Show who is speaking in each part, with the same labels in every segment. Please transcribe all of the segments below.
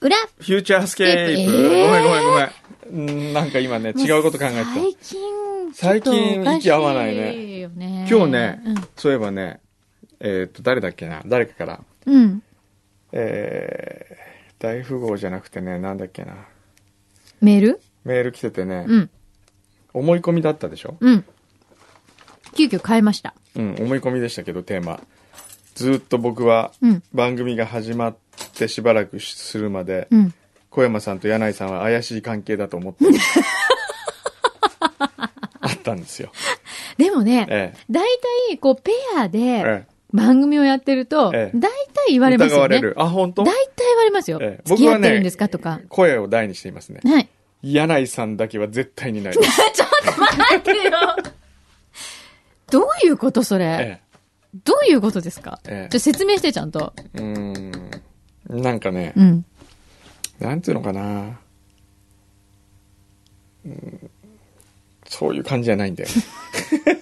Speaker 1: フューチャースケープ。
Speaker 2: えー
Speaker 1: ごめんごめんごめんうん。なんか今ね、違うこと考えてた。
Speaker 2: 最近、
Speaker 1: 最
Speaker 2: ち
Speaker 1: 近
Speaker 2: ょっと
Speaker 1: 息合わないね
Speaker 2: おかしいよね
Speaker 1: 今日ね、
Speaker 2: うん
Speaker 1: そういえばね、えーっと、誰だっけな、誰かから、
Speaker 2: うん。
Speaker 1: えー大富豪じゃなくてね、なんだっけな、
Speaker 2: メール
Speaker 1: メール来ててね、
Speaker 2: うん。
Speaker 1: 思い込みだったでしょ
Speaker 2: うん。急遽変えました。
Speaker 1: うん、思い込みでしたけど、テーマ。ずーっと僕は
Speaker 2: うん、
Speaker 1: 番組が始まってしばらくするまで、
Speaker 2: うん。
Speaker 1: 小山さんと柳井さんは怪しい関係だと思って ましたあったんですよ。
Speaker 2: でもね、
Speaker 1: え
Speaker 2: 大体、こう、ペア
Speaker 1: え。
Speaker 2: で
Speaker 1: え
Speaker 2: 番組をやってると、
Speaker 1: え
Speaker 2: 大体
Speaker 1: え
Speaker 2: 言わ
Speaker 1: え、
Speaker 2: れます
Speaker 1: 疑
Speaker 2: よ
Speaker 1: わ
Speaker 2: ね。
Speaker 1: れ
Speaker 2: 大
Speaker 1: る。あ、本当
Speaker 2: 体言われますよ
Speaker 1: ええ。
Speaker 2: 付き合ってるんですかとか。
Speaker 1: 声を大にしていますね。
Speaker 2: はい。
Speaker 1: 柳井さんだけは絶対にないです。
Speaker 2: ちょっと待ってよ。どういうことそれ。
Speaker 1: え
Speaker 2: どういうことですかち
Speaker 1: え
Speaker 2: ょ
Speaker 1: え
Speaker 2: っと説明してちゃんと。
Speaker 1: え。うーん。なんかね、
Speaker 2: うん。
Speaker 1: なんていうのかな、うん、そういう感じじゃないんだよね。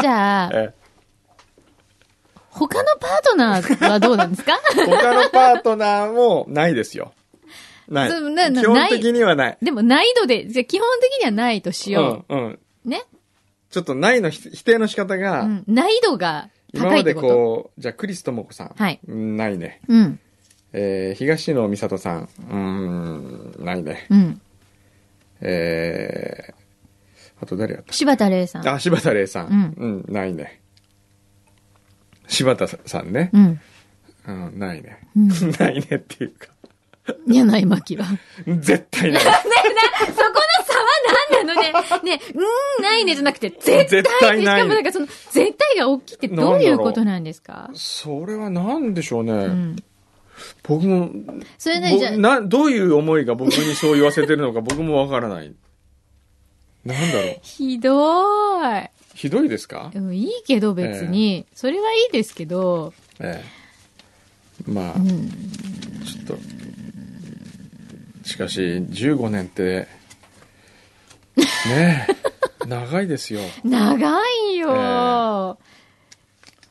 Speaker 2: じゃあ、
Speaker 1: え
Speaker 2: 他のパートナーはどうなんですか
Speaker 1: え他のパートナーもないですよ。ない。
Speaker 2: そうなな
Speaker 1: 基本的にはない。
Speaker 2: でも難易度で、じゃあ基本的にはないとしよ
Speaker 1: うん、うん。
Speaker 2: う。ね。
Speaker 1: ちょっとないのひ否定の仕方
Speaker 2: う
Speaker 1: が、
Speaker 2: ん。難易度が
Speaker 1: 今
Speaker 2: 高い
Speaker 1: ま
Speaker 2: って
Speaker 1: で
Speaker 2: こと。
Speaker 1: こう、じゃあクリスともこさん。
Speaker 2: はい
Speaker 1: うんないね。
Speaker 2: うん。
Speaker 1: えー、東野美里さん。うーん、ないね。
Speaker 2: うん。
Speaker 1: えー、あと誰やった
Speaker 2: 柴田玲さん。
Speaker 1: あ、柴田玲さん。うん、ないね。柴田さんね
Speaker 2: う。ん。
Speaker 1: うん、ないね。
Speaker 2: うん。
Speaker 1: ないねっていうか、
Speaker 2: 柳巻は。
Speaker 1: 絶対ない。
Speaker 2: そこの差は何なのね。ね、うーん、ないねじゃなくて、絶対って。
Speaker 1: 絶対な
Speaker 2: し
Speaker 1: い
Speaker 2: かもなんかその、絶対が大きいってどういうことなんですか
Speaker 1: それは何でしょうね。
Speaker 2: うん。
Speaker 1: 僕も、
Speaker 2: それね、じゃあ
Speaker 1: ぼな、どういう思いが僕にそう言わせてるのか僕もわからない。なんだろう。
Speaker 2: ひどーい。
Speaker 1: ひどいですか
Speaker 2: うんいいけど別に、それはいいですけど、
Speaker 1: ええ。まあ、
Speaker 2: うん。
Speaker 1: ちょっと。しかし、15年って、ねえ、長いですよ。
Speaker 2: 長いよ、
Speaker 1: え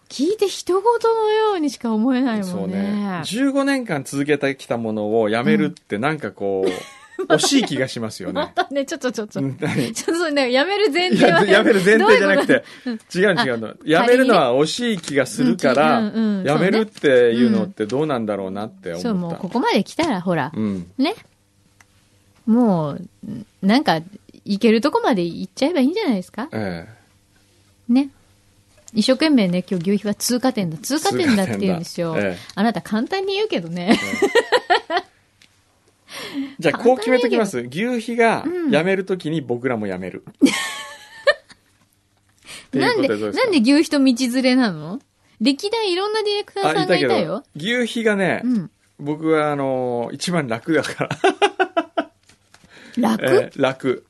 Speaker 2: 聞いて人事のようにしか思えない
Speaker 1: そ
Speaker 2: も
Speaker 1: うんね
Speaker 2: ね。。
Speaker 1: 15年間続けてきたものをやめるってなんかこう、惜しい気がしますよ
Speaker 2: ま
Speaker 1: ね。
Speaker 2: たね、ちょっとちょっと。ちょっ
Speaker 1: ん何
Speaker 2: とそれね、やめる前
Speaker 1: い
Speaker 2: 提は
Speaker 1: や
Speaker 2: ね。
Speaker 1: やめる前提じゃなく
Speaker 2: どういう
Speaker 1: て、違う違うの。やめるのは惜しい気がするから、
Speaker 2: うんうんうん
Speaker 1: やめるっていうのってどうなんだろうなって
Speaker 2: こと。そう、も
Speaker 1: 思っ
Speaker 2: う
Speaker 1: た
Speaker 2: こ。こまで来たら、ほら、
Speaker 1: うん。
Speaker 2: ね。もう、なんか、行けるとこまで行っちゃえばいいんじゃないですか
Speaker 1: ええ。
Speaker 2: ね。一生懸命ね、今日牛皮は通過点だ、通過点だって言うんですよ。
Speaker 1: 通過点だええ
Speaker 2: あなた簡単に言うけどね。
Speaker 1: じゃあ、こう決めときます。牛皮が
Speaker 2: うん
Speaker 1: 辞めるときに僕らも辞める。っていう
Speaker 2: なん
Speaker 1: こと
Speaker 2: で、
Speaker 1: どうすか
Speaker 2: なんで牛皮と道連れなの歴代いろんなディレクターさんがいたよ。
Speaker 1: けど、牛皮がね、
Speaker 2: うん。
Speaker 1: 僕はあのー一番楽だから、
Speaker 2: 楽、
Speaker 1: えー楽。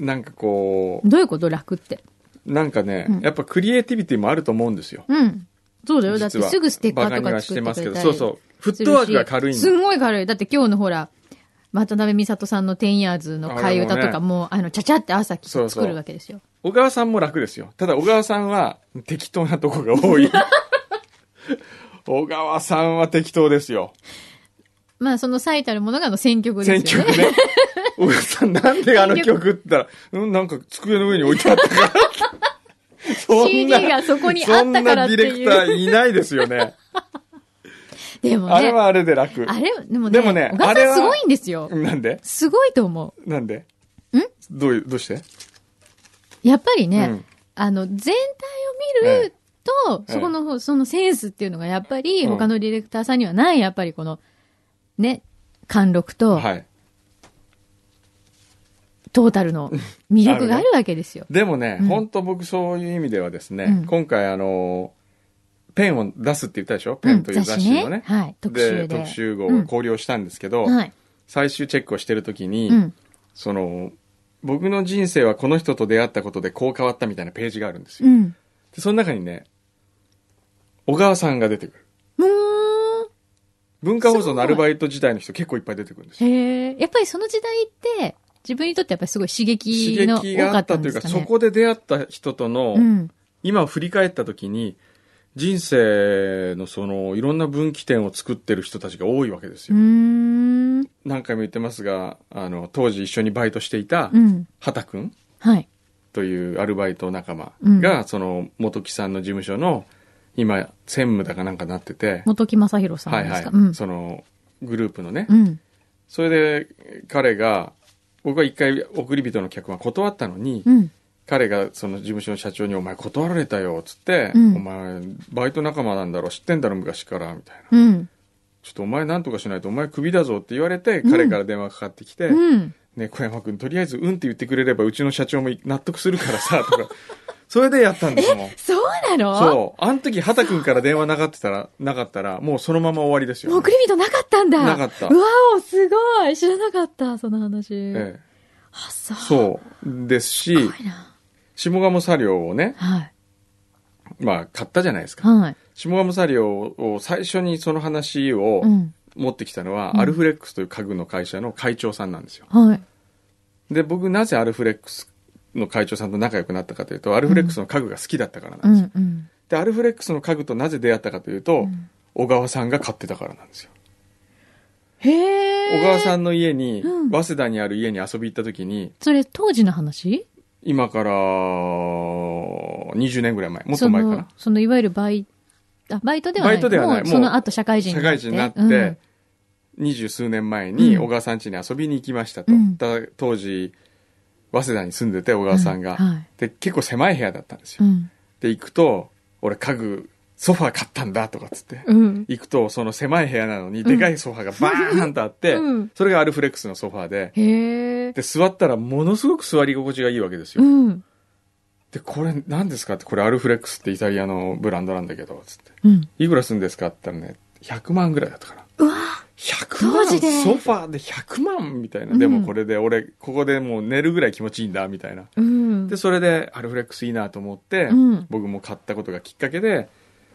Speaker 1: なんかこ
Speaker 2: どういうこと楽って。
Speaker 1: う、なんかね、
Speaker 2: うん
Speaker 1: やっぱクリエイティビティもあると思うんですよ。
Speaker 2: うん。そうだよ。だっ
Speaker 1: 実
Speaker 2: て
Speaker 1: は
Speaker 2: すぐステッカーと
Speaker 1: バカには
Speaker 2: か作
Speaker 1: して
Speaker 2: って
Speaker 1: ます
Speaker 2: く
Speaker 1: け
Speaker 2: れ
Speaker 1: ど
Speaker 2: たり
Speaker 1: そうそう。フットワークが軽いん
Speaker 2: す
Speaker 1: だ
Speaker 2: るしすんごい軽い。だって今日のほら、渡辺美里さんのテンヤーズの替え歌とかも、あの、ちゃちゃって朝来て
Speaker 1: そうそう
Speaker 2: 作るわけですよ。
Speaker 1: 小川さんも楽ですよ。ただ小川さんは適当なとこが 多い。小川さんは適当ですよ。
Speaker 2: まあ、その最たるものがあの選曲で
Speaker 1: 選
Speaker 2: すよ
Speaker 1: 曲
Speaker 2: ね。
Speaker 1: ね。小川さんなんであの曲って言ったら、うん、なんか机の上に置いてあったから。そ
Speaker 2: CD がそこにあったからっていう
Speaker 1: そんなディレクターいないで すよね。
Speaker 2: でもね、
Speaker 1: あれはあれで楽。
Speaker 2: あれでもね、
Speaker 1: でもね
Speaker 2: 小川
Speaker 1: あれ
Speaker 2: さん
Speaker 1: は
Speaker 2: すごいんですよ。
Speaker 1: なんです
Speaker 2: ごいと思
Speaker 1: なんで
Speaker 2: ん
Speaker 1: どういう、どうして
Speaker 2: う。やっぱりね、
Speaker 1: うん
Speaker 2: あの、全体を見ると、
Speaker 1: ええ
Speaker 2: そこの、そのセンスっていうのがやっぱり、
Speaker 1: うん
Speaker 2: 他のディレクターさんにはない、やっぱりこの、ね、貫禄と、
Speaker 1: はい。
Speaker 2: トータルの魅力があるわけ ですよ。
Speaker 1: でもね、
Speaker 2: うん
Speaker 1: 本当僕そういう意味ではですね、
Speaker 2: うん
Speaker 1: 今回あの、ペンを出すって言ったでしょペ
Speaker 2: う
Speaker 1: ン
Speaker 2: ん、
Speaker 1: という雑誌のね。
Speaker 2: はい、特集で。
Speaker 1: で特集号
Speaker 2: う
Speaker 1: を
Speaker 2: ん
Speaker 1: 考慮したんですけど、
Speaker 2: はい。
Speaker 1: 最終チェックをしてるときに、
Speaker 2: うん。
Speaker 1: その僕の人生はこの人と出会ったことでこう変わったみたいなページがあるんですよ、
Speaker 2: うん。
Speaker 1: でその中にね小川さんが出てく
Speaker 2: も
Speaker 1: る
Speaker 2: う
Speaker 1: 文化放送のアルバイト時代の人結構いっぱい出てくるんです
Speaker 2: ー
Speaker 1: よ
Speaker 2: ん、へえ。やっぱりその時代って、自分にとってやっぱりすごい刺
Speaker 1: 刺
Speaker 2: 激の
Speaker 1: 激
Speaker 2: 多
Speaker 1: が
Speaker 2: か
Speaker 1: あ
Speaker 2: っ
Speaker 1: ったた
Speaker 2: ん
Speaker 1: とい
Speaker 2: で
Speaker 1: う
Speaker 2: す
Speaker 1: か
Speaker 2: かね。
Speaker 1: そこで出会った人との、
Speaker 2: うん。
Speaker 1: 今を振り返った時に人生のそのいろんな分岐点を作ってる人たちが多いわけです
Speaker 2: うー
Speaker 1: よ、
Speaker 2: ん。
Speaker 1: 何回も言ってますがあの当時一緒にバイトしていた
Speaker 2: うん。
Speaker 1: 畑くん
Speaker 2: はい。
Speaker 1: というアルバイト仲間
Speaker 2: う
Speaker 1: が、その元木さんの事務所の今専務だかなんかなってて、
Speaker 2: 元木正宏さん
Speaker 1: はい
Speaker 2: で
Speaker 1: は
Speaker 2: す
Speaker 1: い、
Speaker 2: か。うん。
Speaker 1: そのグループのね、
Speaker 2: うん。
Speaker 1: それで彼が僕は一回送り人の客は断ったのに、
Speaker 2: うん。
Speaker 1: 彼がその事務所の社長に「お前断られたよ」っつって、
Speaker 2: うん
Speaker 1: お前バイト仲間なんだろ知ってんだろ昔から」みたいな
Speaker 2: うん。
Speaker 1: 「ちょっとお前なんとかしないとお前クビだぞ」って言われて彼から電話かかってきて「
Speaker 2: うん。
Speaker 1: ね小山君とりあえずうんって言ってくれればうちの社長も納得するからさ」とかそれでやったんですもん
Speaker 2: そうなの
Speaker 1: そうあの時畑君から電話なかったらなかったらもうそのまま終わりですよ、
Speaker 2: 送り人なかったんだ。
Speaker 1: なかった
Speaker 2: うわお、すごい。知らなかった、その話。
Speaker 1: ええ、
Speaker 2: あ、そう。
Speaker 1: そうですし
Speaker 2: すごいな。
Speaker 1: 下鴨砂料をね
Speaker 2: はい。
Speaker 1: まあ買ったじゃないですか
Speaker 2: はい。
Speaker 1: 下鴨砂料を最初にその話を、
Speaker 2: うん。
Speaker 1: 持ってきたのは、
Speaker 2: うん
Speaker 1: アルフレックスという家具の会社の会長さんなんですよ。
Speaker 2: はい。
Speaker 1: で、僕なぜアルフレックスの会長さんと仲良くなったかというと、アルフレックスの家具が好きだったからなん
Speaker 2: う
Speaker 1: ですよ。
Speaker 2: ん。うん。
Speaker 1: で、アルフレックスの家具となぜ出会ったかというと、小川さんが買ってたからなんですよ。
Speaker 2: へえ。
Speaker 1: 小川さ
Speaker 2: ん。
Speaker 1: んの家に、
Speaker 2: うん
Speaker 1: 早稲田にある家に遊び行った時に、
Speaker 2: それ、当時の話
Speaker 1: 今から20年ぐらい前、もっと前かな。
Speaker 2: その、そのいわゆるバイ、あ、バイトではない。
Speaker 1: バイトではない
Speaker 2: もう
Speaker 1: も
Speaker 2: そうの後、社会人
Speaker 1: 社会人になって、
Speaker 2: うん
Speaker 1: 二十数年前に
Speaker 2: うん
Speaker 1: 小川さん家に遊びに行きましたと、
Speaker 2: うん
Speaker 1: だ当時早稲田に住んでて小川さんが、
Speaker 2: うんはい
Speaker 1: で結構狭い部屋だったんです
Speaker 2: う
Speaker 1: よ、
Speaker 2: ん。
Speaker 1: で行くと俺家具ソファー買ったんだとかっつって、
Speaker 2: うん。
Speaker 1: 行くとその狭い部屋なのにでかいソファーがバーンとあって、
Speaker 2: うん
Speaker 1: それがアルフレックスのソファーで
Speaker 2: へえ。
Speaker 1: で座ったらものすごく座り心地がいいわけですよ、
Speaker 2: うん。
Speaker 1: でこれ何ですかってこれアルフレックスってイタリアのブランドなんだけどつって
Speaker 2: うん。
Speaker 1: いくらするんですかって言ったらね100万ぐらいだったかな
Speaker 2: うわ
Speaker 1: 100万
Speaker 2: 当時で
Speaker 1: ソファーで100万みたいな、
Speaker 2: うん
Speaker 1: でもこれで俺ここでもう寝るぐらい気持ちいいんだみたいな
Speaker 2: うん。
Speaker 1: でそれでアルフレックスいいなと思って、
Speaker 2: うん
Speaker 1: 僕も買ったことがきっかけで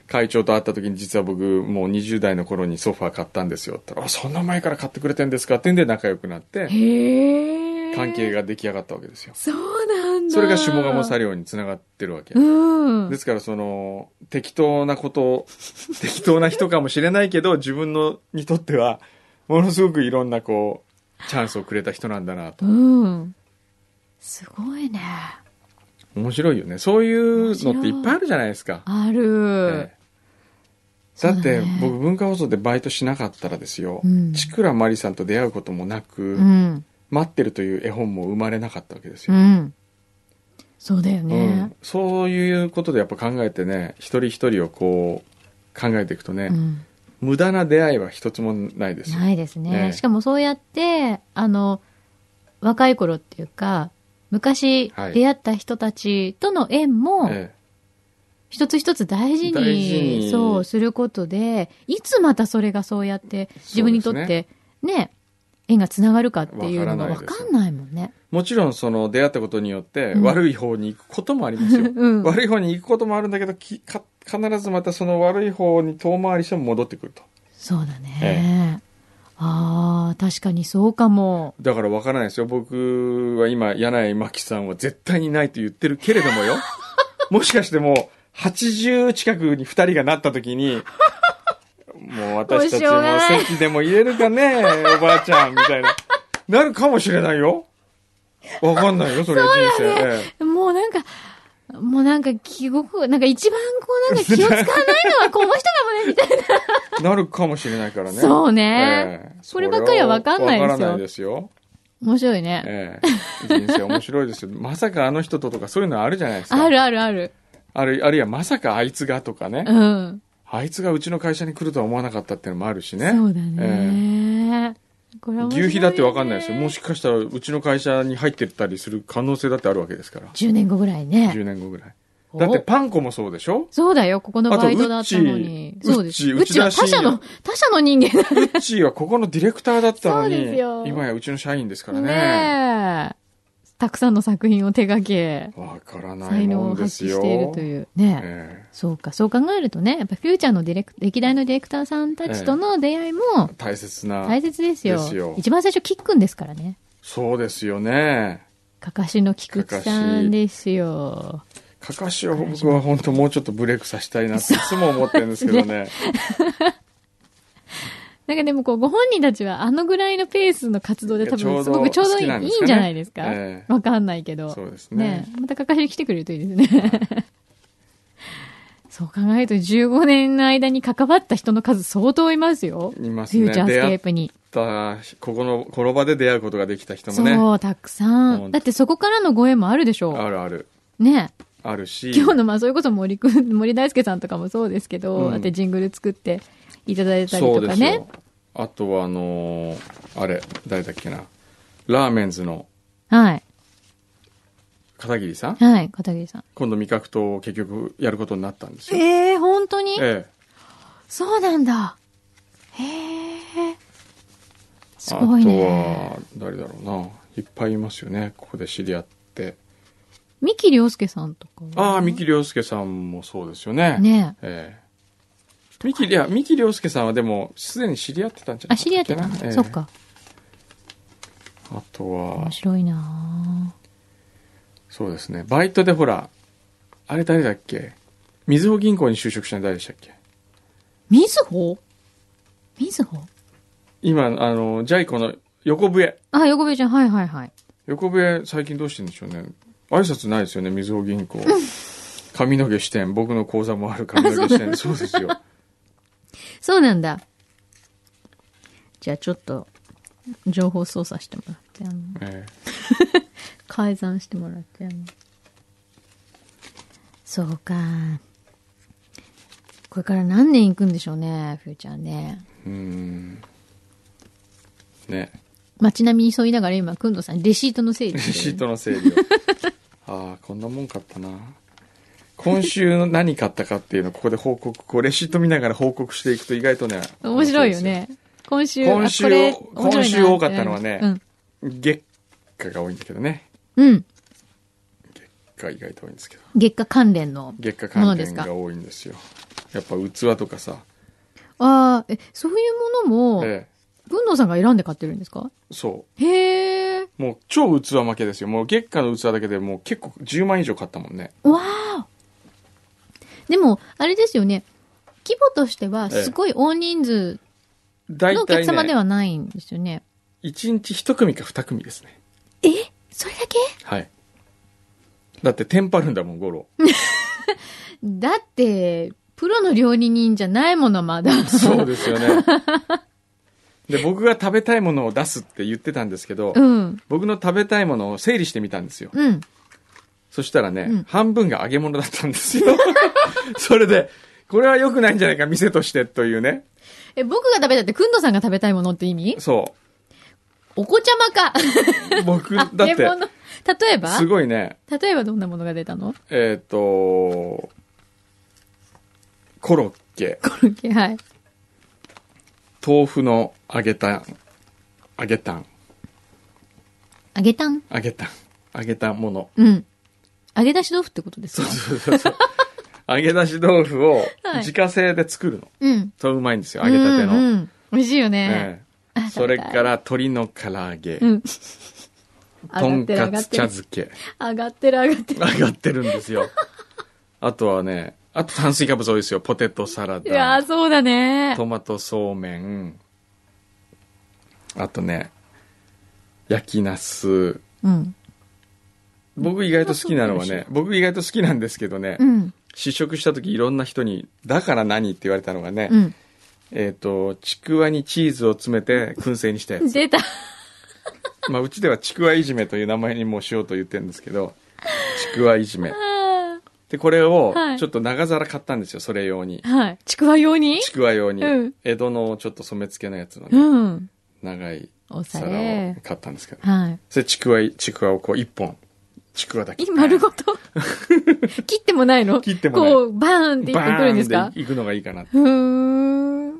Speaker 1: 会長と会った時に実は僕もう20代の頃にソファー買ったんですよって言ったらあ「そんな前から買ってくれてんですか?」ってんで仲良くなって
Speaker 2: へえ。
Speaker 1: 関係。が出来上がったわけですよ
Speaker 2: そうなんだ。
Speaker 1: それが下鴨
Speaker 2: ん。
Speaker 1: 作業につながってるわけ、
Speaker 2: うん。
Speaker 1: ですからその適当なこと 適当な人かもしれないけど自分のにとってはものすごくいろんなこうチャンスをくれた人なんだなと
Speaker 2: うん。すごいね。
Speaker 1: 面白いよねそういうのっていっぱいあるじゃないですか、
Speaker 2: ある
Speaker 1: え。
Speaker 2: う
Speaker 1: えだ
Speaker 2: だ
Speaker 1: っ
Speaker 2: ね
Speaker 1: て僕文化放送でバイトしなかったらですよ
Speaker 2: うん
Speaker 1: 千倉真理さんと出会うこともなく、
Speaker 2: うん。
Speaker 1: 待ってるという絵本も生まれなかったわけです
Speaker 2: う
Speaker 1: よ、
Speaker 2: ん。そうだよ
Speaker 1: う
Speaker 2: ね
Speaker 1: ん。そういうことでやっぱ考えてね一人一人をこう考えていくとね、
Speaker 2: うん。
Speaker 1: 無駄な出会いは一つもないですよ
Speaker 2: ないです
Speaker 1: え
Speaker 2: ね。
Speaker 1: え
Speaker 2: しかもそうやって、あの、若い頃っていうか、昔
Speaker 1: はい
Speaker 2: 出会った人たちとの縁も、
Speaker 1: え
Speaker 2: 一つ一つ大事に
Speaker 1: 大事に
Speaker 2: そうすることでいつまたそれがそうやって自分にとってね縁がつながるかっていうのが
Speaker 1: わ
Speaker 2: わ
Speaker 1: から
Speaker 2: か
Speaker 1: ないですよ
Speaker 2: んないもんね。
Speaker 1: えもちろんその出会ったことによって
Speaker 2: うん
Speaker 1: 悪い方に行くこともありますよ、
Speaker 2: うん
Speaker 1: 悪い方に行くこともあるんだけどきか必ずまたその悪い方に遠回りしても戻ってくると
Speaker 2: そうだね。ああ確かにそうかも。
Speaker 1: だからわからないですよ僕は今柳井真紀さんは絶対にないと言ってるけれども よもしかしてもう80近くに2人がなった時にもう私た
Speaker 2: も
Speaker 1: ち
Speaker 2: うしょうが
Speaker 1: も
Speaker 2: ない
Speaker 1: 席でも入れるかねおばあちゃんみたいななるかもしれないよわかんないよそれは人生、ええ
Speaker 2: もうなんかもうなんか記憶なんか一番こうなんか気を使わないのはこの人かもねみたい
Speaker 1: なるかもしれないからね。
Speaker 2: な。そうね。
Speaker 1: ええ
Speaker 2: そればっかりは分かんないですよ
Speaker 1: 分からないですよ。
Speaker 2: 面白いね。
Speaker 1: ええ人生面白いですよ。まさかあの人ととかそういうのあるじゃないですか。
Speaker 2: あるあるある。
Speaker 1: あるあるいはまさかあいつがとかね、
Speaker 2: うん。
Speaker 1: あいつがうちの会社に来るとは思わなかったっていうのもあるしね。
Speaker 2: そうだね。これは面白いね
Speaker 1: 牛皮だって分かんないですよ。もしかしたらうちの会社に入ってったりする可能性だってあるわけですから。
Speaker 2: 10年後ぐらいね。
Speaker 1: 10年後ぐらい。だってパン粉もそうでしょ
Speaker 2: そうだよ、ここのバイトだったの
Speaker 1: あ
Speaker 2: に。
Speaker 1: とウッチー
Speaker 2: そうです。
Speaker 1: ウッ
Speaker 2: う
Speaker 1: チー
Speaker 2: ちは
Speaker 1: 内田
Speaker 2: 他社
Speaker 1: 信也
Speaker 2: の、他社の人間だ
Speaker 1: ウッチーはここのディレクターだったの
Speaker 2: そうですよ
Speaker 1: に、今やうちの社員ですからね。
Speaker 2: ねえ。たくさんの作品を手掛け、
Speaker 1: わからない
Speaker 2: 才能
Speaker 1: も
Speaker 2: を
Speaker 1: ん
Speaker 2: 発
Speaker 1: です
Speaker 2: 揮
Speaker 1: よ。
Speaker 2: しているという。ねえ。
Speaker 1: ええ
Speaker 2: そうか、そう考えるとね、やっぱフューチャーのディレク、歴代のディレクターさんたちとの出会いも
Speaker 1: 大切な
Speaker 2: 大切ですよ。
Speaker 1: ですよ
Speaker 2: 一番最初、キックンですからね。
Speaker 1: そうですよね
Speaker 2: かかしの菊池さんですよ。
Speaker 1: かかしを僕は本当もうちょっとブレイクさせたいなっていつも思ってるんですけどね。
Speaker 2: なんかでもこう、ご本人たちはあのぐらいのペースの活動で多
Speaker 1: いやちょう
Speaker 2: 分
Speaker 1: ど
Speaker 2: すごくちょうどいい,、
Speaker 1: 好きなん
Speaker 2: い
Speaker 1: ですかね
Speaker 2: いんじゃないですかわ、
Speaker 1: ええ
Speaker 2: かんないけど。
Speaker 1: そうですね
Speaker 2: えまたかかしに来てくれるといいですね。 そう考えると15年の間に関わった人の数相当いますよ。
Speaker 1: います
Speaker 2: フュ
Speaker 1: ね。
Speaker 2: ーチャースケ
Speaker 1: 出会
Speaker 2: ー
Speaker 1: っ
Speaker 2: プに。
Speaker 1: た、ここの、この場で出会うことができた人もね。
Speaker 2: そう、たくさ
Speaker 1: ほ
Speaker 2: ん。
Speaker 1: んと
Speaker 2: だってそこからのご縁もあるでしょ
Speaker 1: あるある。
Speaker 2: う。ねえ
Speaker 1: あるし。
Speaker 2: 今日のまあそれこそ森くん、 森大輔さんとかもそうですけど、
Speaker 1: うん
Speaker 2: だってジングル作っていただいたり
Speaker 1: そう
Speaker 2: と
Speaker 1: で
Speaker 2: か
Speaker 1: す
Speaker 2: ね
Speaker 1: よ。。あとはあのーあれ、誰だっけな。ラーメンズの
Speaker 2: はい。
Speaker 1: 片桐さん
Speaker 2: はい、片桐さん。
Speaker 1: 今度味覚とを結局やることになったんですよ。
Speaker 2: ええ本当に
Speaker 1: ええ。
Speaker 2: そうなんだ。へえ。す
Speaker 1: あと
Speaker 2: ごいね。
Speaker 1: は、誰だろうな。いっぱいいますよね。ここで知り合って。
Speaker 2: 三木亮介さんとかは。
Speaker 1: ああ、三木亮介さんもそうですよね。
Speaker 2: ね
Speaker 1: ええ。三木、いや、三木亮介さんはでも、すでに知り合ってたんじゃな
Speaker 2: あ、
Speaker 1: い
Speaker 2: 知り合ってたの、そっ。か。
Speaker 1: ええあとは
Speaker 2: 面、白いな
Speaker 1: そうですね。バイトでほら、あれ誰だっけみずほ銀行に就職したの誰でしたっけ
Speaker 2: みずほみずほ
Speaker 1: 今、あの、ジャイコの横笛。
Speaker 2: あ、横部ちゃん、はいはいはい。
Speaker 1: 横笛、最近どうしてんでしょうね。挨拶ないですよね、みずほ銀行。髪の毛支店、僕の口座もある髪の毛支店。そうです よ。
Speaker 2: そうなんだ。じゃあちょっと、情報操作してもらって、あの、
Speaker 1: ええ
Speaker 2: 改ざんしてもらってあのそうかこれから何年行くんでしょうねふーちゃんね
Speaker 1: うーん。 ね。
Speaker 2: 街並みに沿いながら今くんどさんレシートの整理
Speaker 1: レ
Speaker 2: して
Speaker 1: シ
Speaker 2: る
Speaker 1: ートの整理を。ああ、こんなもん買ったな。今週の何買ったかっていうのをここで報告、こうレシート見ながら報告していくと意外とね。
Speaker 2: 面白いよね今週
Speaker 1: 今週
Speaker 2: あこれ
Speaker 1: 今週
Speaker 2: 面白いな
Speaker 1: 多かったのはね
Speaker 2: うん、
Speaker 1: 面白いですよ。月下が多いんだけどね。
Speaker 2: うん、
Speaker 1: が意外と多いんですけど。
Speaker 2: 月下関連の
Speaker 1: 月下
Speaker 2: もの
Speaker 1: 関
Speaker 2: です
Speaker 1: 連
Speaker 2: か
Speaker 1: が多いんですよ。やっぱ器とかさ。
Speaker 2: ああえそういうものも
Speaker 1: ええ。
Speaker 2: くんどさんが選んで買ってるんですか
Speaker 1: そ
Speaker 2: へえ
Speaker 1: う。もう超器負けですよ。もう月下の器だけでもう結構10万以上買ったもんね。
Speaker 2: わあでもあれですよね規模としてはすごい大人数
Speaker 1: 大
Speaker 2: のお客
Speaker 1: 体
Speaker 2: 様で
Speaker 1: ね、
Speaker 2: はないんですよね。
Speaker 1: 1日1組か2組ですね。
Speaker 2: えそれだけ
Speaker 1: はい。だってテンパるんだもん、ゴ ロ。
Speaker 2: だって、プロの料理人じゃないものまだ。
Speaker 1: そうですよね。で、僕が食べたいものを出すって言ってたんですけど、
Speaker 2: うん。
Speaker 1: 僕の食べたいものを整理してみたんですよ。
Speaker 2: うん。
Speaker 1: そしたらね、
Speaker 2: うん
Speaker 1: 半分が揚げ物だったんですよ。 それで、これは良くないんじゃないか、店としてというね。
Speaker 2: え、僕が食べたって、くんどさんが食べたいものって意味
Speaker 1: そ
Speaker 2: お子ちゃまか。
Speaker 1: う。僕、だっ
Speaker 2: 揚げ
Speaker 1: て、
Speaker 2: 物。例えば
Speaker 1: すごいね、
Speaker 2: 例えばどんなものが出たの
Speaker 1: えっ、と、コロッケ、
Speaker 2: コロッケ、はい。
Speaker 1: 豆腐の揚げたん、揚げたん、
Speaker 2: 揚げたん
Speaker 1: 揚げたん、揚げたもの。
Speaker 2: うん。揚げ出し豆腐ってことですか
Speaker 1: 揚げ出し豆腐を
Speaker 2: はい
Speaker 1: 自家製で作るの。
Speaker 2: うん。
Speaker 1: とうまいんですよ、揚げたての。
Speaker 2: うんうん。美味しいよね。
Speaker 1: え
Speaker 2: あ
Speaker 1: えそれ
Speaker 2: 食べ
Speaker 1: か
Speaker 2: たい
Speaker 1: ら鶏の唐揚げ、
Speaker 2: うん。
Speaker 1: とん
Speaker 2: 上
Speaker 1: か
Speaker 2: がっ
Speaker 1: つ
Speaker 2: てる
Speaker 1: 茶漬け、
Speaker 2: 上がってる、上がってる。
Speaker 1: 上がってるんですよ。 あとはね、あと炭水化物多いですよ。ポテトサラ
Speaker 2: いや
Speaker 1: ダ
Speaker 2: ー、、そうだね。
Speaker 1: トマトそうめん、あとね、焼きナス。
Speaker 2: うん。
Speaker 1: 僕意外と好きなの
Speaker 2: トマ
Speaker 1: は
Speaker 2: トそうめんで
Speaker 1: ね、僕意外と好きなんですけどね、
Speaker 2: うん。
Speaker 1: 試食した時いろんな人に、だから何って言われたのがね、
Speaker 2: うん。
Speaker 1: えっ、と、ちくわにチーズを詰めて燻製にしたやつ。
Speaker 2: 出た。
Speaker 1: まあ、うちではちくわいじめという名前にもうしようと言ってるんですけど、ちくわいじめ。で、これを
Speaker 2: はい、
Speaker 1: ちょっと長皿買ったんですよ、それ用に。
Speaker 2: はい。ちくわ用に
Speaker 1: ちくわ用に。
Speaker 2: うん
Speaker 1: 江戸のちょっと染め付けのやつのね、
Speaker 2: うん。
Speaker 1: 長い
Speaker 2: おさ
Speaker 1: 皿を
Speaker 2: れ。
Speaker 1: 買ったんですけど。
Speaker 2: はい。
Speaker 1: それちくわい、ちくわをこう一本、ちくわだけ。
Speaker 2: い、丸ご と切ってもないの
Speaker 1: 切ってもない
Speaker 2: こう、バーンっていってくるんです
Speaker 1: バーン
Speaker 2: か
Speaker 1: で行くのがいいかな。
Speaker 2: ふーん。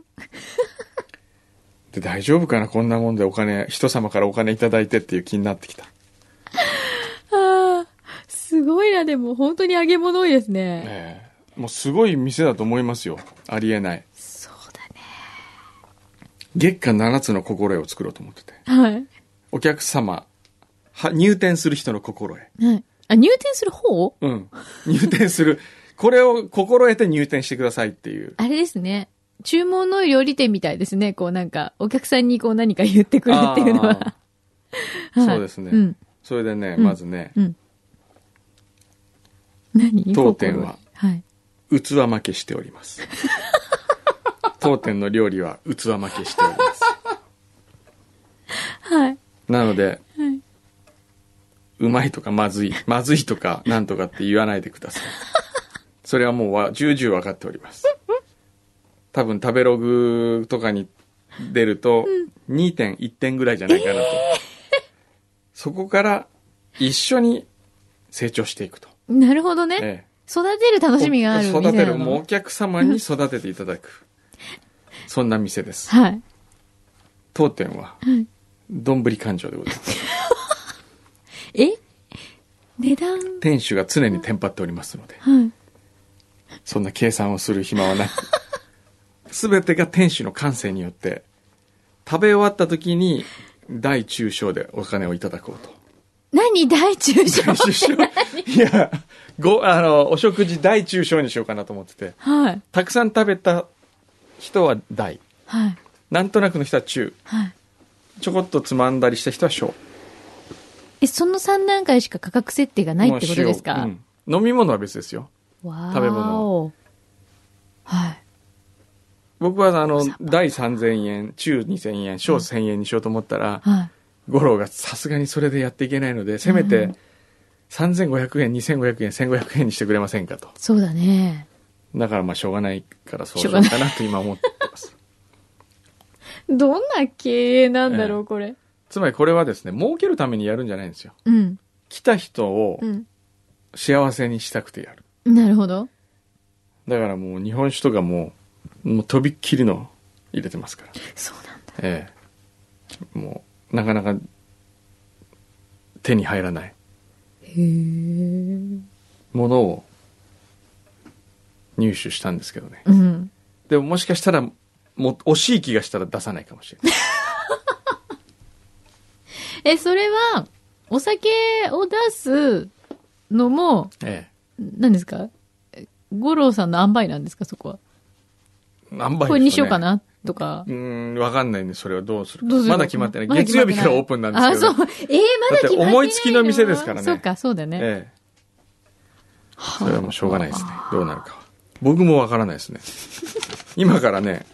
Speaker 1: で、大丈夫かなこんなもんでお金、人様からお金いただいてっていう気になってきた。
Speaker 2: ああ、すごいな、でも、本当に揚げ物多いですね。
Speaker 1: ええもうすごい店だと思いますよ。ありえない。
Speaker 2: そう
Speaker 1: 月下7つの心得を作ろうと思ってて。
Speaker 2: だね。
Speaker 1: お客様は入店する人の心得
Speaker 2: はい。はい。あ、入店する方
Speaker 1: うん。入店する。これを心得て入店してくださいっていう。
Speaker 2: あれですね。注文の料理店みたいですね。こうなんか、お客さんにこう何か言ってくるっていうのは。
Speaker 1: あー
Speaker 2: はい
Speaker 1: そうですね
Speaker 2: うん。
Speaker 1: それでね、
Speaker 2: うん
Speaker 1: まずね、
Speaker 2: うん。何
Speaker 1: 当店は。
Speaker 2: 心はい。
Speaker 1: 器負けしております。当店の料理は器負けしております。
Speaker 2: はい。
Speaker 1: なので、
Speaker 2: はい。
Speaker 1: うまいとかまずい、まずいとかなんとかって言わないでください。それはもうわ重々わかっております。多分食べログとかに出ると2点、1点ぐらいじゃないかなと。そこから一緒に成長していくと。
Speaker 2: なるほどね。
Speaker 1: ええ
Speaker 2: 育てる楽しみがあるみた
Speaker 1: 育
Speaker 2: い
Speaker 1: て
Speaker 2: な
Speaker 1: る、もうお
Speaker 2: の。
Speaker 1: 客様に育てていただく。そんな店です。
Speaker 2: はい。
Speaker 1: 当店は
Speaker 2: はい、
Speaker 1: どんぶり勘定でございます。
Speaker 2: え値段
Speaker 1: 店主が常にテンパっておりますので。
Speaker 2: はい。
Speaker 1: そんな計算をする暇はなく。すべてが店主の感性によって、食べ終わった時に、大中小でお金をいただこうと。
Speaker 2: 何大中小
Speaker 1: 大 中小いや、ご、あの、お食事大中小にしようかなと思ってて。
Speaker 2: はい。
Speaker 1: たくさん食べた人は大。
Speaker 2: はい。
Speaker 1: なんとなくの人は中。
Speaker 2: はい。
Speaker 1: ちょこっとつまんだりした人は小。
Speaker 2: え、その3段階しか価格設定がないってことです
Speaker 1: も
Speaker 2: か
Speaker 1: う塩うん飲み物は別ですよ。
Speaker 2: わーお
Speaker 1: 食べ物
Speaker 2: はい。
Speaker 1: 僕はあの
Speaker 2: さ、
Speaker 1: 大3000円、中2000円、小1000円にしようと思ったら、
Speaker 2: はい。
Speaker 1: 五郎がさすがにそれでやっていけないので、せめ
Speaker 2: う
Speaker 1: て
Speaker 2: ん
Speaker 1: 3500円、2500円、1500円にしてくれませんかと。
Speaker 2: そうだね。
Speaker 1: だからまあしょうがないからそうし
Speaker 2: しょ
Speaker 1: よ
Speaker 2: うが
Speaker 1: う
Speaker 2: ない
Speaker 1: かなと今思ってます。
Speaker 2: どんな経営なんだろう、
Speaker 1: ええ
Speaker 2: これ。
Speaker 1: つまりこれはですね、儲けるためにやるんじゃないんですよ。
Speaker 2: うん。
Speaker 1: 来た人を
Speaker 2: うん。
Speaker 1: 幸せにしたくてやる。
Speaker 2: なるほど。
Speaker 1: だからもう日本酒とかもう、もうとびっきりの入れてますから。
Speaker 2: そうなんだ。
Speaker 1: ええ。もう、なかなか手に入らない
Speaker 2: へえ。
Speaker 1: ものを入手したんですけどね。
Speaker 2: うん。
Speaker 1: でももしかしたら、もう惜しい気がしたら出さないかもし れない。
Speaker 2: え、それは、お酒を出すのも、
Speaker 1: え
Speaker 2: 何ですかえ五郎さんの塩梅なんですか、そこは。
Speaker 1: え。何倍ですね
Speaker 2: これにしようか。なとか
Speaker 1: う。ーん、わかんないね、それはどうするか
Speaker 2: どうする
Speaker 1: まだ決まってない。月曜日からオープンなんですけ
Speaker 2: あ、
Speaker 1: ど、
Speaker 2: そう。えーまだ決まってないの
Speaker 1: だって思いつきの店ですからね
Speaker 2: そうか、そうだね。
Speaker 1: ええ。それはもうしょうがないですね。どうなるかは。僕もわからない ですね。今からね、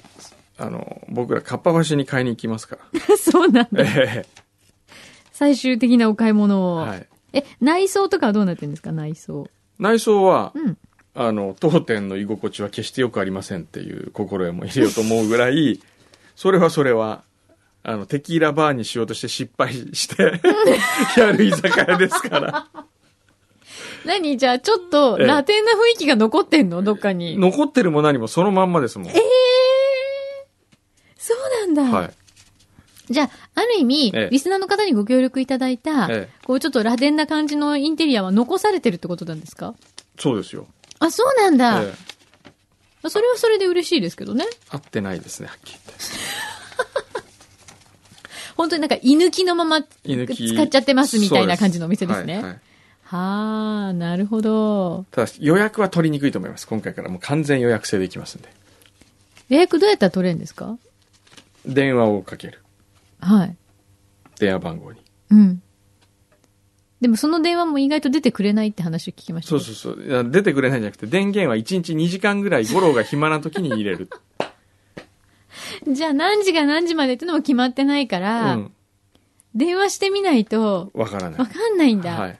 Speaker 1: あの、僕らかっぱ橋に買いに行きますか
Speaker 2: そうなんだ。
Speaker 1: ら。え
Speaker 2: 最終的なお買い物を。
Speaker 1: え。はい。
Speaker 2: え、内装とかはどうなってるんですか内装。
Speaker 1: 内装は
Speaker 2: う、ん。
Speaker 1: あの、当店の居心地は決して良くありませんっていう心得も入れようと思うぐらい、それはそれは、あの、テキーラバーにしようとして失敗 して、やる居酒屋ですから。
Speaker 2: 何じゃあ、ちょっと、
Speaker 1: ええ
Speaker 2: ラテンな雰囲気が残ってんのどっかに。
Speaker 1: 残ってるも何もそのまんまですもん。
Speaker 2: ええそうなんだ。
Speaker 1: はい。
Speaker 2: じゃあ、ある意味、
Speaker 1: ええ
Speaker 2: リスナーの方にご協力いただいた、
Speaker 1: ええ
Speaker 2: こうちょっとラテンな感じのインテリアは残されてるってことなんですか
Speaker 1: そうですよ。
Speaker 2: あ、そうなんだ、
Speaker 1: ええ
Speaker 2: それはそれで嬉しいですけどね。
Speaker 1: 合ってないですね、はっきり言って。
Speaker 2: 本当になんか居抜きのまま
Speaker 1: 居抜き
Speaker 2: 使っちゃってますみたいな感じのお店で
Speaker 1: そ
Speaker 2: す
Speaker 1: う
Speaker 2: ね。
Speaker 1: はいはい
Speaker 2: はあ、なるほど。
Speaker 1: ただし予約は取りにくいと思います。今回からもう完全予約制でいきますんで。
Speaker 2: 予約どうやったら取れるんですか
Speaker 1: 電話をかける。
Speaker 2: はい。
Speaker 1: 電話番号に。
Speaker 2: うん。でもその電話も意外と出てくれないって話を聞きましたけ
Speaker 1: そう
Speaker 2: ど。
Speaker 1: そうそういや。出てくれないんじゃなくて、電源は1日2時間ぐらい、五郎が暇な時に 入れる。
Speaker 2: じゃあ何時が何時までってのも決まってないか
Speaker 1: う
Speaker 2: ら、
Speaker 1: ん。
Speaker 2: 電話してみないと、
Speaker 1: わからない。
Speaker 2: わかんないんだ。
Speaker 1: はい。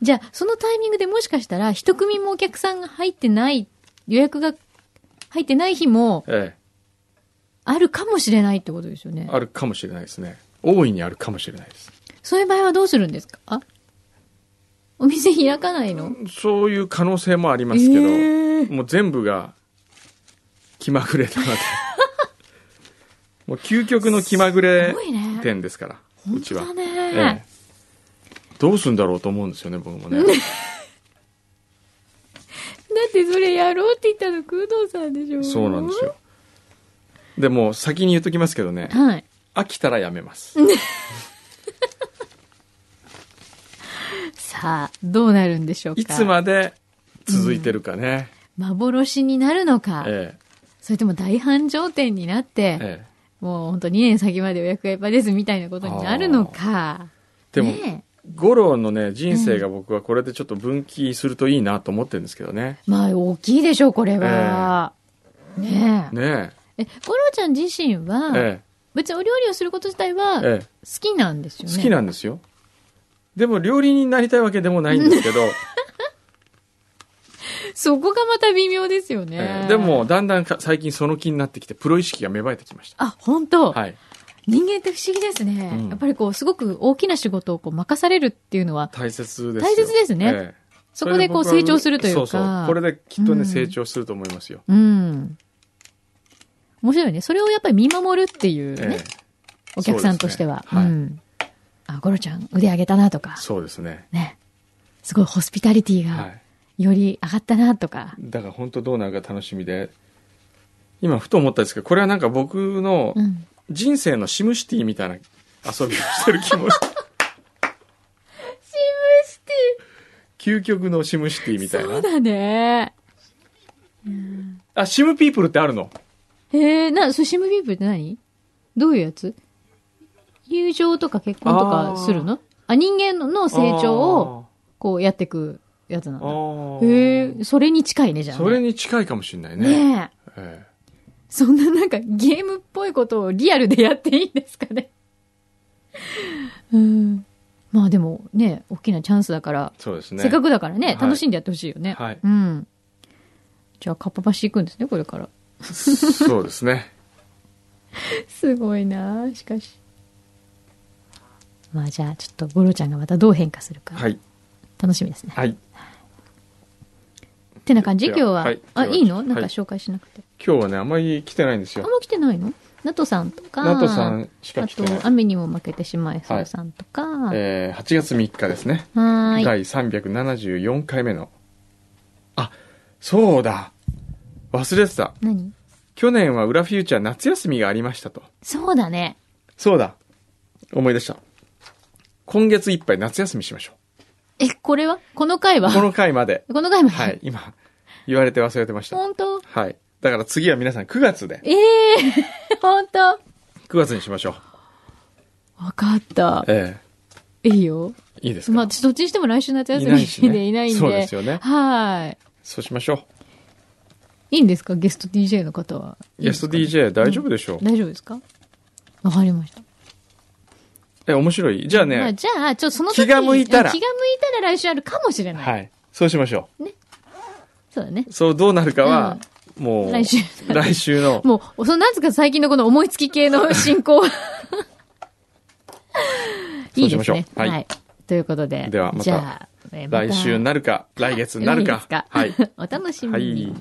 Speaker 2: じゃあ、そのタイミングでもしかしたら、一組もお客さんが入ってない、予約が入ってない日も
Speaker 1: え
Speaker 2: あるかもしれないってことですよ
Speaker 1: え
Speaker 2: ね。
Speaker 1: あるかもしれないですね。大いにあるかもしれないです。
Speaker 2: そういう場合はどうするんですかお店開かないの
Speaker 1: そういう可能性もありますけど、
Speaker 2: えー
Speaker 1: もう全部が気まぐれ なので。もう究極の気まぐれ
Speaker 2: すごいね
Speaker 1: 店ですから、う
Speaker 2: 本
Speaker 1: ち
Speaker 2: 当
Speaker 1: は。
Speaker 2: だね、
Speaker 1: ええどうすんだろうと思うんですよね、僕もね。
Speaker 2: だってそれやろうって言ったの工藤さんでしょ
Speaker 1: そうなんですよ。でも、先に言っときますけどね、
Speaker 2: はい。
Speaker 1: 飽きたらやめます。
Speaker 2: ささあ、どうなるんでしょうか。
Speaker 1: いつまで続いてるかね。
Speaker 2: 幻になるのか、
Speaker 1: え
Speaker 2: それとも大繁盛店になって
Speaker 1: え、ええ。
Speaker 2: もう本当2年先まで予約がいっぱいですみたいなことになるのか。
Speaker 1: でも、
Speaker 2: ねえ
Speaker 1: 五郎のね、人生が僕はこれでちょっと分岐するといいなと思ってるんですけどね。
Speaker 2: まあ大きいでしょう、これは。ねえ。
Speaker 1: ね
Speaker 2: え、五郎ちゃん自身
Speaker 1: え。
Speaker 2: は、
Speaker 1: え
Speaker 2: 別にお料理をすること自体は
Speaker 1: え。え
Speaker 2: 好きなんです
Speaker 1: え。
Speaker 2: よね。
Speaker 1: 好きなんですよ。でも料理人になりたいわけでもないんですけど、
Speaker 2: そこがまた微妙ですよね。
Speaker 1: ええでも、だんだんか最近その気になってきて、プロ意識が芽生えてきました。
Speaker 2: あ、本当、
Speaker 1: はい。
Speaker 2: 人間って不思議ですね、
Speaker 1: うん
Speaker 2: やっぱりこう、すごく大きな仕事をこう任されるっていうのは、
Speaker 1: 大切ですよ
Speaker 2: 大切ですね
Speaker 1: ええ
Speaker 2: そこでこう
Speaker 1: れ
Speaker 2: 成
Speaker 1: 僕は
Speaker 2: 長するというか。
Speaker 1: そうそう。これできっとね、
Speaker 2: うん
Speaker 1: 成長すると思いますよ。
Speaker 2: うん。面白いね。それをやっぱり見守るっていうね、
Speaker 1: ええ
Speaker 2: お客さんとしては。
Speaker 1: そうですねはい
Speaker 2: ん。あ、ゴロちゃん、腕上げたなとか、
Speaker 1: そうですね。
Speaker 2: ね。すごいホスピタリティ
Speaker 1: は
Speaker 2: が
Speaker 1: い。
Speaker 2: より上がったなとか。
Speaker 1: だから本当どうなるか楽しみで、今ふと思ったんですけど、これはなんか僕の
Speaker 2: うん。
Speaker 1: 人生のシムシティみたいな遊びをしてる気も
Speaker 2: シムシテ
Speaker 1: 究極のシムシティみたい
Speaker 2: そう
Speaker 1: な。
Speaker 2: だね。
Speaker 1: あ、シムピープルってあるの
Speaker 2: へえ、な、そう、シムビープって何どういうやつ友情とか結婚とかするのあ人間のの成長を、こうやっていくやつな
Speaker 1: あ
Speaker 2: の。
Speaker 1: ー。
Speaker 2: へえ、それに近いね、じゃあ、ね。
Speaker 1: それに近いかもしれないね。
Speaker 2: ねえ。
Speaker 1: え
Speaker 2: そんななんかゲームっぽいことをリアルでやっていいんですかね。うん。まあでもね、大きなチャンスだから、
Speaker 1: えそうですね。
Speaker 2: せっかくだからね、
Speaker 1: はい
Speaker 2: 楽しんでやってほしいよね。
Speaker 1: はい
Speaker 2: うん。じゃあ、かっぱ橋行くんですね、これから。
Speaker 1: そうですね。
Speaker 2: すごいなあしかし。まあじゃあ、ちょっとゴロちゃんがまたどう変化するか、
Speaker 1: はい。
Speaker 2: 楽しみですね。
Speaker 1: はい。
Speaker 2: ってな感じ今
Speaker 1: で
Speaker 2: 日
Speaker 1: は
Speaker 2: は。
Speaker 1: はい
Speaker 2: あ、
Speaker 1: 今日はい
Speaker 2: いのなんか
Speaker 1: はい
Speaker 2: 紹介しなくて。
Speaker 1: 今日はね、あんまり来てないんです
Speaker 2: あん
Speaker 1: よ。
Speaker 2: ま来てないのナトさんとか、
Speaker 1: ナトさんしか
Speaker 2: あ
Speaker 1: 来てない
Speaker 2: と、。雨にも負けてしまいそうさんとか、はーい。
Speaker 1: えー8月3日ですね。第374回目の。あ、そうだ。忘れてた。
Speaker 2: 何
Speaker 1: 去年は裏フューチャー夏休みがありましたと。
Speaker 2: そうだね。
Speaker 1: そうだ。思い出した。今月いっぱい夏休みしましょ
Speaker 2: え、これはこの回は
Speaker 1: う。こ
Speaker 2: こ
Speaker 1: の回まで。
Speaker 2: の回も、
Speaker 1: はい。今、言われて忘れてました。
Speaker 2: 本当
Speaker 1: はい。だから次は皆さん9月で。
Speaker 2: ええ ー、本当
Speaker 1: 9月にしましょう。
Speaker 2: わかった。
Speaker 1: え
Speaker 2: いいよ。
Speaker 1: えいいですか、
Speaker 2: まあ、私どっちにしても来週夏休み
Speaker 1: いないしね
Speaker 2: でいないんで。
Speaker 1: そうですよね
Speaker 2: はー
Speaker 1: そうしましょ
Speaker 2: い。いいんですかゲスト DJ の方は。
Speaker 1: う。ゲスト DJ 大丈夫でしょう、
Speaker 2: 大丈夫ですかわかりました。
Speaker 1: え、面白い。じゃあね、
Speaker 2: まあ、じゃあ、ちょっとその時に
Speaker 1: 気が向いたら
Speaker 2: 気が向いたら来週あるかもしれない。
Speaker 1: はい。そうしましょ
Speaker 2: そうだね。
Speaker 1: う。そう、どうなるかは、もう、
Speaker 2: 来週
Speaker 1: 来週 の。
Speaker 2: もう、その、なんつうか最近のこの思いつき系 の進行。いい
Speaker 1: そうし
Speaker 2: で
Speaker 1: ますしょう
Speaker 2: ね。
Speaker 1: はい
Speaker 2: ということで。
Speaker 1: ではまた
Speaker 2: じゃあ、えーまた
Speaker 1: 来週になるか、来月になるか。
Speaker 2: 来月か
Speaker 1: はい。
Speaker 2: お楽しみ
Speaker 1: は
Speaker 2: に。
Speaker 1: い。